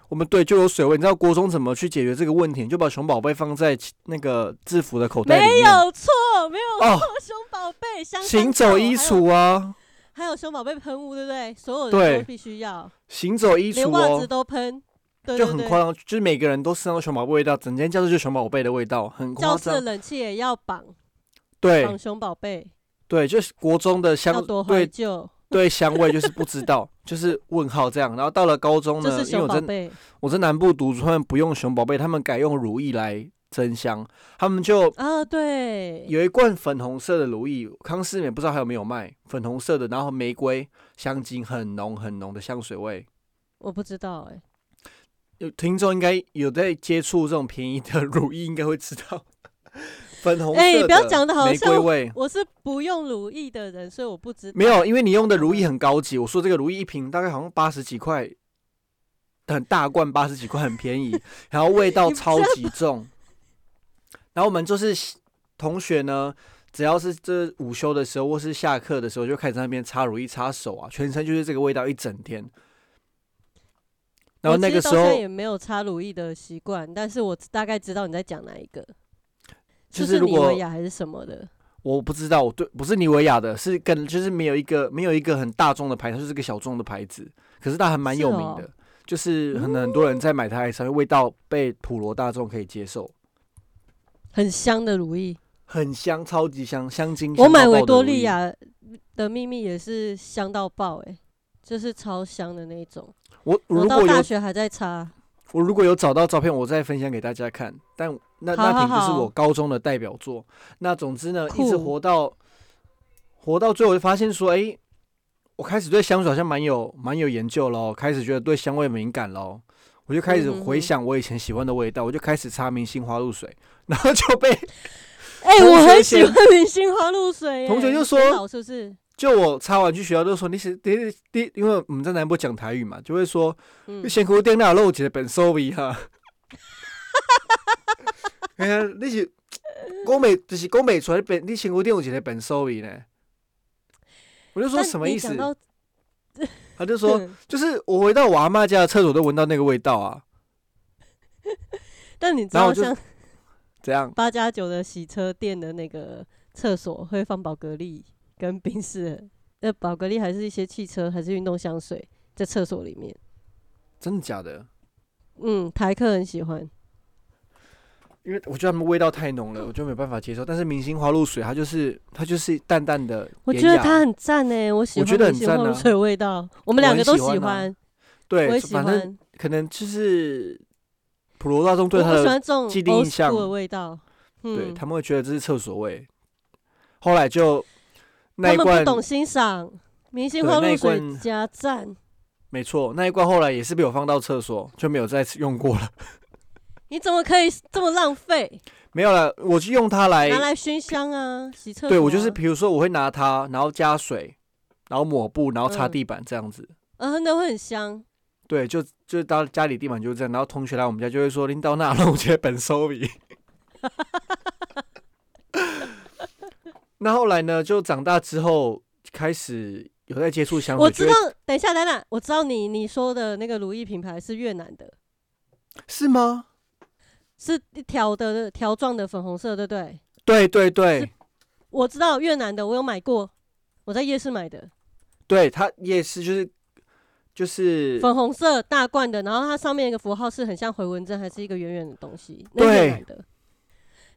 我们对就有水味，你知道国中怎么去解决这个问题？就把熊宝贝放在其那个制服的口袋里
没
面，
有错，没有错，
哦
熊宝贝香
行
香皂
走衣，橱啊，
还有还有熊宝贝喷雾，对不对？所有
对
人都必须要，
行走衣橱
连袜
哦
子，都喷，对
就
对
很
对
夸，张，就是每个人都身上有熊宝贝味道，整间教室就熊宝贝的味道，很夸
教室的
张。
冷气也要绑
对
绑熊宝贝，
对，就是国中的
要
香
多怀
对
旧。
对香味 就是不知道，就是问号这样。然后到了高中
这
呢，
是
因为
熊
我
宝
在
贝，
我在南部读书，他们不用熊宝贝，他们改用如意来增香，他们就
啊，对，
有一罐粉红色的如意，康斯美不知道还有没有卖，粉红色的，然后玫瑰香精很浓很浓的香水味。
我不知道哎、
有听众应该有在接触这种便宜的如意，应该会知道 粉红色的、
哎不要讲得好
玫瑰
像
味。
我是不用乳液的人，所以我不知道。
没有，因为你用的如意很高级。我说这个如意一瓶大概好像八十几块，很大罐八十几块，很便 宜，然后味道
你不
超
要
级重。然后我们就是同学呢，只要是这午休的时候或是下课的时候，就开始在那边擦如意擦手啊，全身就是这个味道一整天。然后
我
那
其
个
实
时
到现在
候，
也没有擦乳液的习惯，但是我大概知道你在讲哪一个，
就是是如
妮
果
维雅还是什么的。
我不知道，我对不是妮维雅的，是跟就是没有一个没有一个很大众的牌，它就是个小众的牌子，可是它哦还蛮有名的，
是
就是很很多人在买它来吃，味道被普罗大众可以接受，
很香的乳液，
很香，超级香，香精香
我
到
买
爆
维
的
多
如意
利，亚的秘密也是香到爆、欸，就是超香的那一种。
我我
我
如
到
果
大
有
学还在擦，
我如果有找到照片，我再分享给大家看。但那
好
那
好
瓶就是
好
我高中的代表作。那总之呢，一直
酷
活到活到最后，我就发现说，哎、我开始对香水好像蛮有蛮有研究喽，开始觉得对香味敏感喽。我就开始
嗯哼
回
哼
想我以前喜欢的味道，我就开始擦明星花露水，然后就被
哎、
同
我
学
很喜
嫌
欢明星花露水、欸，
同学就
你
说
洗澡是不是？
就我擦完去学校都说你是第第，因为我们在南部讲台语嘛，就会说
嗯
你，辛苦点啦，露一个本收尾 哈。哎呀，你是讲袂，就是讲袂出来，你本你辛苦点有一个本收尾呢。我就说
但
什么
你
意思
讲？到
他就说，
嗯
就是我回到我阿妈家的厕所都闻到那个味道啊，
但你知
然后
道
我就
像
怎样？
八加九的洗车店的那个厕所会放宝格丽跟冰室的，那宝格丽还是一些汽车还是运动香水在厕所里面。
真的假的？
嗯，台客很喜欢。
因为我觉得他们味道太浓
嗯
了，我就没办法接受。但是明星花露水，它就是它就是淡淡的
我
典
觉得
雅
它很赞呢、我喜
我
欢
觉得
明
很
星
赞
花露
啊
水的味道，我
我
们两
很
个都
喜欢啊
欢，我
对，
也喜
反正
欢，
可能就是普罗大众
我
对它
我
的
喜欢这种
既定
old
印象
school 的味道。
对
嗯，
他们会觉得这是厕所味。后来就那
他
一
们不
罐，
懂欣赏明星
对
花
那
露
一
水
罐
加赞。
没错，那一罐后来也是被我放到厕所，就没有再次用过了。
你怎么可以这么浪费？
没有了，我就用它来，
拿来熏香啊，洗厕所
哎
啊、
对我就是，比如说我会拿它，然后加水，然后抹布，然后擦
嗯
地板这样子。
嗯，那会很香。
对，就就到家里地板就是这样，然后同学来我们家就会说拎到那弄些本收笔。 那后来呢，就长大之后开始有在接触香水，
我
就
知
会
道，等一下，等等，我知道你你说的那个如意品牌是越南的，
是吗？
是一条的条状的粉红色，对不对？
对对对，
我知道越南的，我有买过，我在夜市买的，
对，它夜市就是就是
粉红色大罐的，然后它上面一个符号是很像回纹针，还是一个圆圆的东西，那
对
越南的，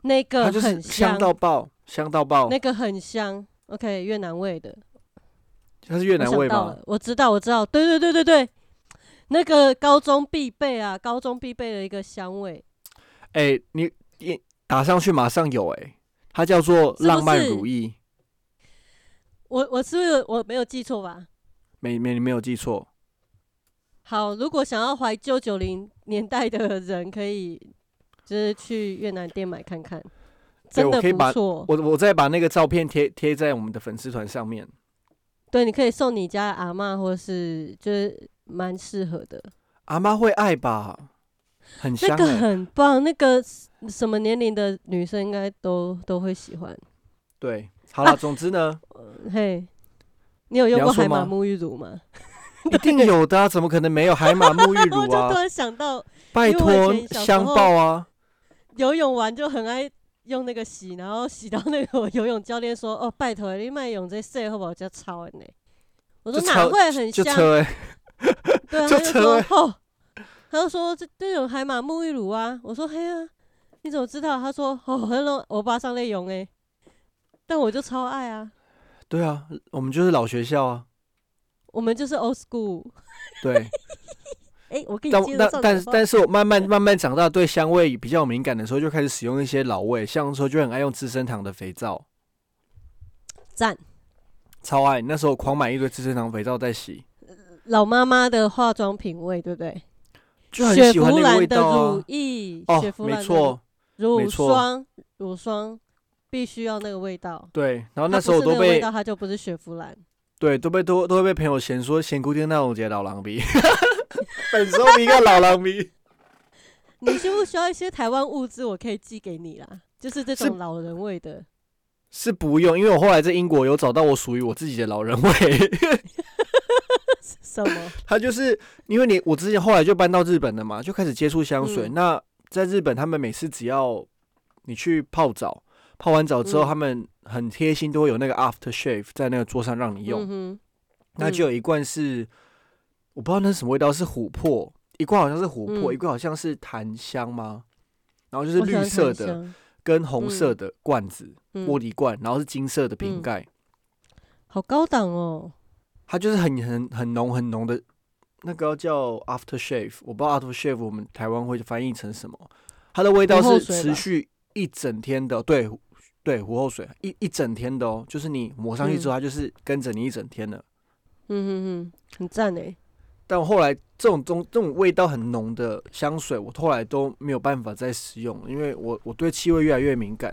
那
它
个
就
很
是香
香，
到爆，香到爆
那，个很香。OK，越南味的，
它是越
我
南
想
味
到
吗
了？，我知道，我知道，对对对对对，那个高中必备啊，高中必备的一个香味，
哎、你一打上去马上有哎、它叫做
是不
浪漫
是
如意，
我我是不是我没有记错吧？
没没你没有记错，
好，如果想要怀旧九零年代的人，可以就是去越南店买看看，真
我
的
可以把
不错。
我我再把那个照片贴贴在我们的粉丝团上面。
对，你可以送你家的阿嬷，或是就是蛮适合的。
阿妈会爱吧，很香、
那个
欸。
很棒，那个什么年龄的女生应该都都会喜欢。
对，好了，
啊
总之 呢，
嘿，你有用
你要
过
说
海马
吗
沐浴乳吗？
一定有的啊、怎么可能没有海马沐浴
我
乳
就突
啊？
然想到，
拜
因为我
托
以前，小时
香
候
爆啊！
游泳完就很爱用那个洗，然后洗到那个 游泳教练说：“哦，拜托，你卖泳这洗好不好？叫超呢。”我说
就
哪
超
会很
就
香？
车、欸，
对啊，
就
他就
超
说
欸
哦，他就说这这种海马沐浴乳啊。我说嘿啊，你怎么知道？他说哦，很容我爸上内泳哎，但我就超爱啊。
对啊，我们就是老学校啊。
我们就是 old school。
对，
哎、我给你
但
接着
但
上
但
但
是但是我慢慢慢慢长大，对香味比较敏感的时候，就开始使用一些老味，像说就很爱用资生堂的肥皂，
赞，
超爱，那时候狂买一堆资生堂肥皂在洗，
老妈妈的化妆品味，对不对？
就很喜欢
芙
那个
兰
味
的
道
乳
啊。
液，雪
哦，
佛兰
没
的
错，
乳
没错
霜，乳霜必须要那个味道。
对。然后
它
哦那
不
时候我
是
都
那个味
被
道它就不是雪佛兰。
对，都被都都会被朋友嫌说嫌古典那种节老狼逼， 本身一个老狼逼，
你需不需要一些台湾物资？我可以寄给你啦，就是这
是
种老人味的。
是不用，因为我后来在英国有找到我属于我自己的老人味，
什么？
它就是因为你我之前后来就搬到日本了嘛，就开始接触香水。
嗯
那在日本，他们每次只要你去泡澡，泡完澡之后，
嗯
他们很贴心，都会有那个 after shave 在那个桌上让你用。
嗯哼，
那就有一罐是我不知道那是什么味道，是琥珀，一罐好像是琥珀，
嗯
一罐好像是檀香吗？然后就是是绿色的，跟红色的罐子，
嗯
玻璃罐，然后是金色的瓶
嗯
盖，
好高档哦。
它就是很很很浓很浓的，那个叫 after shave，我不知道 after shave 我们台湾会翻译成什么，它的味道
后
是
水
持
吧
续一整天的，对对，胡后水一一整天的哦，就是你抹上去
嗯
之后，它就是跟着你一整天的。
嗯哼哼，很赞诶。
但我后来这种中这种味道很浓的香水，我后来都没有办法再使用，因为我我对气味越来越敏感。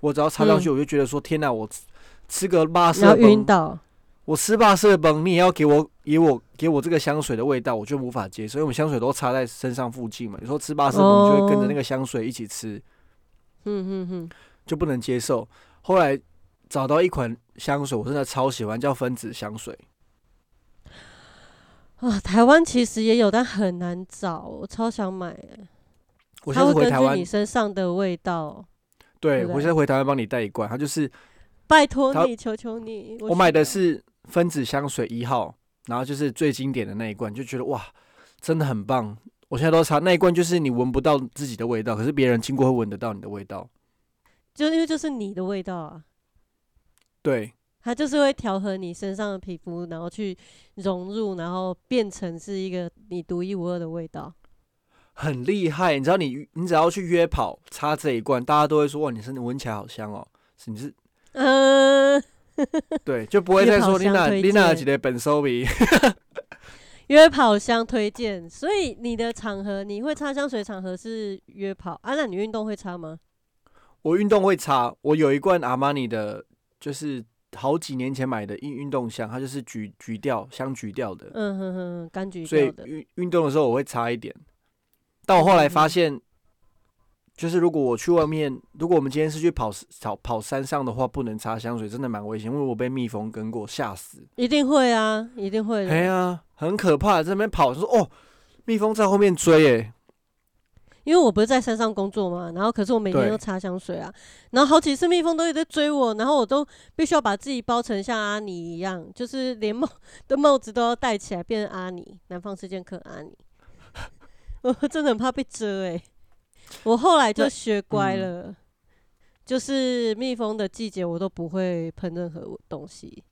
我只要擦上去，我就觉得说、天哪，我吃吃个八
然
啊色
后嗯晕
崩，
倒，
我吃八色崩，你也要给我给我给我这个香水的味道，我就无法接受。因为我们香水都擦在身上附近嘛，有时候吃八色崩就会跟着那个香水一起吃，
嗯哼哼，
就不能接受。后来找到一款香水，我真的超喜欢，叫分子香水。
啊，台湾其实也有，但很难找，我超想买的。
我
它
下
会
次回
根
台
据
湾
你，身上的味道，
对
对不
我下次回台湾帮你带一罐，它就是
拜托
它
你，求求你。
我买的
需
是分子香水一号，然后就是最经典的那一罐，就觉得哇，真的很棒。我现在都擦那一罐，就是你闻不到自己的味道，可是别人经过会闻得到你的味道。
要，就因为就是你的味道啊，
对
它就是会调和你身上的皮肤，然后去融入，然后变成是一个你独一无二的味道。
很厉害。你知道你，你只要去约跑擦这一罐，大家都会说哇，你身体闻起来好香哦。是 你是
嗯，
对，就不会再说
约跑
丽
香
娜
推
丽娜
荐
几的本收比。
约跑香推荐，所以你的场合你会擦香水场合是约跑啊？那你运动会擦吗？
我运动会擦， 我有一罐阿玛尼的，就是好几年前买的运运动香，它就是橘橘调香橘调的。
嗯哼哼，柑橘
所以
调的，
运运动的时候我会差一点。但我后来发
嗯
现，就是如果我去外面，如果我们今天是去跑跑跑山上的话，不能擦香水，真的蛮危险，因为我被蜜蜂跟过，吓死。
一定会啊，一定会的。
哎呀，很可怕，在那边跑，说哦，蜜蜂在后面追，哎，
因为我不是在山上工作嘛，然后可是我每天
对
都擦香水啊，然后好几次蜜蜂都一直追我，然后我都必须要把自己包成像阿尼一样，就是连帽的帽子都要戴起来，变成阿尼，南方四剑客阿尼。 我真的很怕被蛰哎、我后来就
那嗯
学乖了，就是蜜蜂的季节我都不会喷任何东西。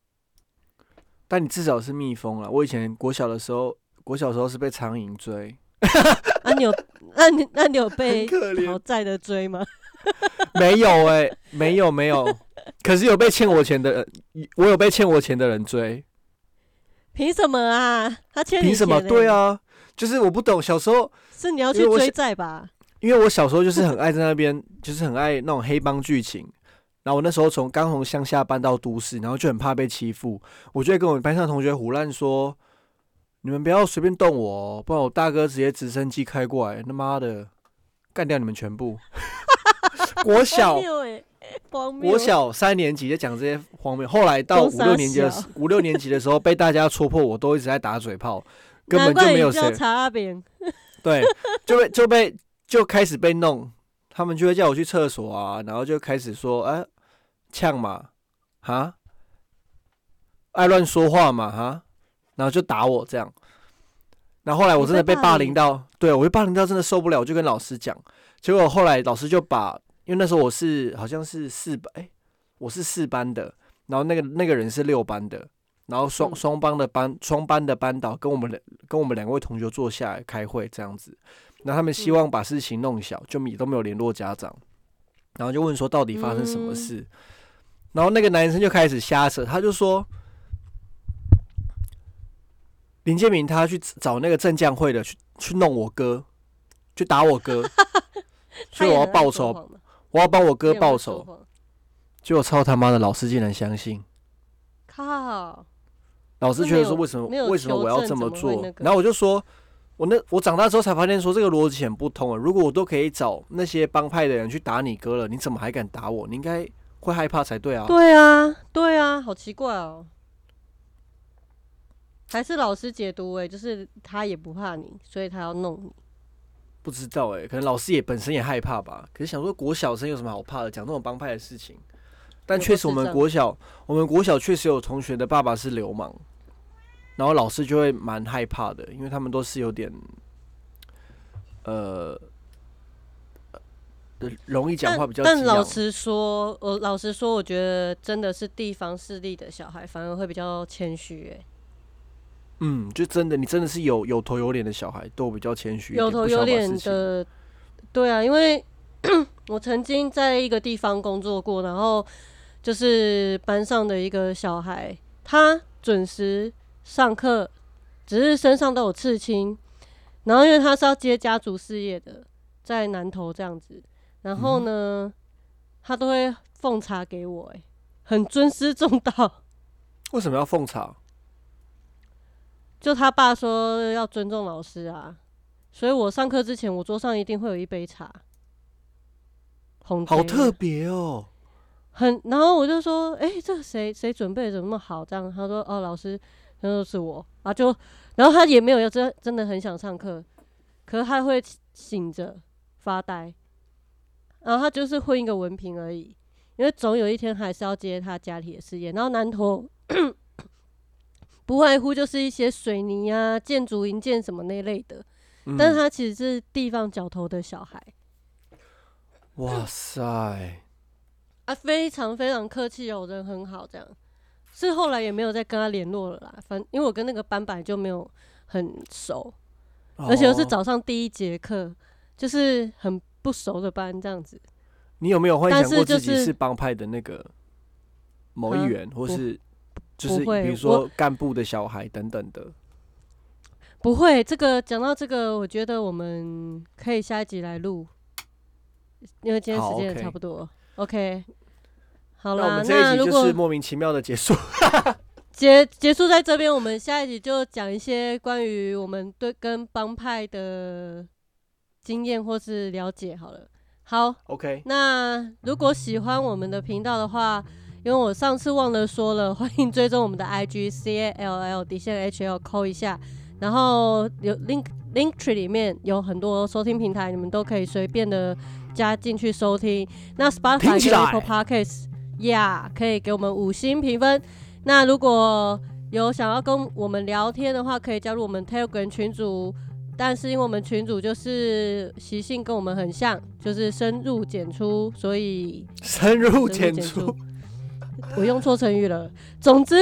但你至少是蜜蜂啊。我以前国小的时候，国小的时候是被苍蝇追，
啊，你有，那你那你有被
很可
讨
怜，
债的追吗？
没有哎、没有没有，可是有被欠我钱的人，我有被欠我钱的人追。
凭什么啊？他 欠你
凭什么？
钱欸
对，啊，就是我不懂，小时候，
是你要
因
去
为我
追
是
债吧？
因为我小时候就是很爱在那边， 就是很爱那种黑帮剧情。然后我那时候从刚从乡下搬到都市，然后就很怕被欺负，我就会跟我们班上同学胡乱说：“你们不要随便动我、哦，不然我大哥直接直升机开过来，他妈的干掉你们全部！” 国
荒
小
谬欸，荒谬。
国小三年级就讲这些荒谬，后来到
都
五
傻
六年级的
小
时五六年级的时候，被大家戳破，我都一直在打嘴炮，根
难
本就
怪
没有
你叫
谁
查阿扁，
对， 就被就被就开始被弄，他们就会叫我去厕所啊，然后就开始说，哎、呛嘛，哈，爱乱说话嘛，哈，然后就打我这样。然后后来我真的
你被
被
霸
霸
凌
凌到，对我被霸凌到真的受不了，我就跟老师讲，结果后来老师就把，因为那时候我是好像是四班，哎、我是四班的，然后那个那个人是六班的，然后双
嗯
双班的班双班的班导跟我们两跟我们两位同学坐下来开会这样子，那他们希
嗯
望把事情弄小，就也都没有联络家长，然后就问说到底发生什么
嗯
事，然后那个男生就开始瞎扯，他就说林建明他去找那个正将会的去去弄我哥，去打我 哥，所以我要报仇，，我要帮我哥报仇，，结果操他妈的老师竟然相信。
靠！
老师
那
觉得
没
说
有
为什么
没有
为什么
求
我要
证
这
怎
么
么会
做
那？个
然后我就说，我那我长大之后才发现说这个逻辑很不通啊。如果我都可以找那些帮派的人去打你哥了，你怎么还敢打我？你应该会害怕才对啊。
对啊，对啊，好奇怪哦。还是老师解读哎、就是他也不怕你，所以他要弄你。
不知道哎、可能老师也本身也害怕吧。可是想说国小生有什么好怕的？讲这种帮派的事情，但
有
确
个
实我
智
们
障
国小我们国小确实有同学的爸爸是流氓，然后老师就会蛮害怕的，因为他们都是有点呃。呃容易讲
但
话比较
但
激
老
昂
实说，我老实说，我觉得真的是地方势力的小孩反而会比较谦虚哎，
嗯，就真的，你真的是有有头有脸的小孩，都比较谦虚一点，
有头
不想
有
把
脸
事情。
的，对啊，因为 我曾经在一个地方工作过，然后就是班上的一个小孩，他准时上课，只是身上都有刺青，然后因为他是要接家族事业的，在南投这样子，然
嗯
后呢，他都会奉茶给我、欸，很尊师重道。
为什么要奉茶？
就他爸说要尊重老师啊，所以我上课之前，我桌上一定会有一杯茶，红
好
茶
特别哦。
很。然后我就说，哎、这谁谁准备得怎么那么好？这样他说，哦，老师，他说是我啊，就然后他也没有要真真的很想上课，可是他会醒着发呆，然后他就是混一个文凭而已，因为总有一天还是要接他家里的事业。然后南投不外乎就是一些水泥啊、建筑营建什么那类的，
嗯
但是他其实是地方角头的小孩
哇塞，
啊，非常非常客气哦，人很好，这样。是后来也没有再跟他联络了啦，反因为我跟那个班本来就没有很熟，而且又是
哦
早上第一节课，就是很不熟的班这样子。
你有没有幻想
但是
过
就
自己
是
是帮派的那个某一
啊
员，或
不
是就
不
是
会
比如
我
说干部的小孩等等的？
不会，这个讲到这个，我觉得我们可以下一集来录，因为今天
好
时间也
，OK
差不多。OK，好
那我
啦，
们这
那
一集
如
就是
果
莫名其妙的结束。
结结束在这边，我们下一集就讲一些关于我们对跟帮派的经验或是了解好了。好，
OK，
那如果喜欢我们的频道的话，因为我上次忘了说了，欢迎追踪我们的 IG C A L L 底线 H L 扣一下，然后有 link link tree 里面有很多收听平台，你们都可以随便的加进去收听。那
听
Spotify
起
跟
来
Apple Podcast 呀、可以给我们五星评分。那如果有想要跟我们聊天的话，可以加入我们 Telegram 群组。但是因为我们群主就是习性跟我们很像，就是深入简出，所以
深入
嗯
浅
深入
出。。
我用错成语了。总之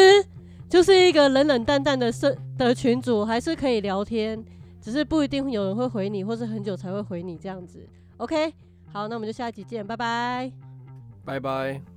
就是一个冷冷淡淡的社的群主，还是可以聊天，只是不一定有人会回你，或是很久才会回你这样子。OK，好，那我们就下一集见，拜拜。
拜拜。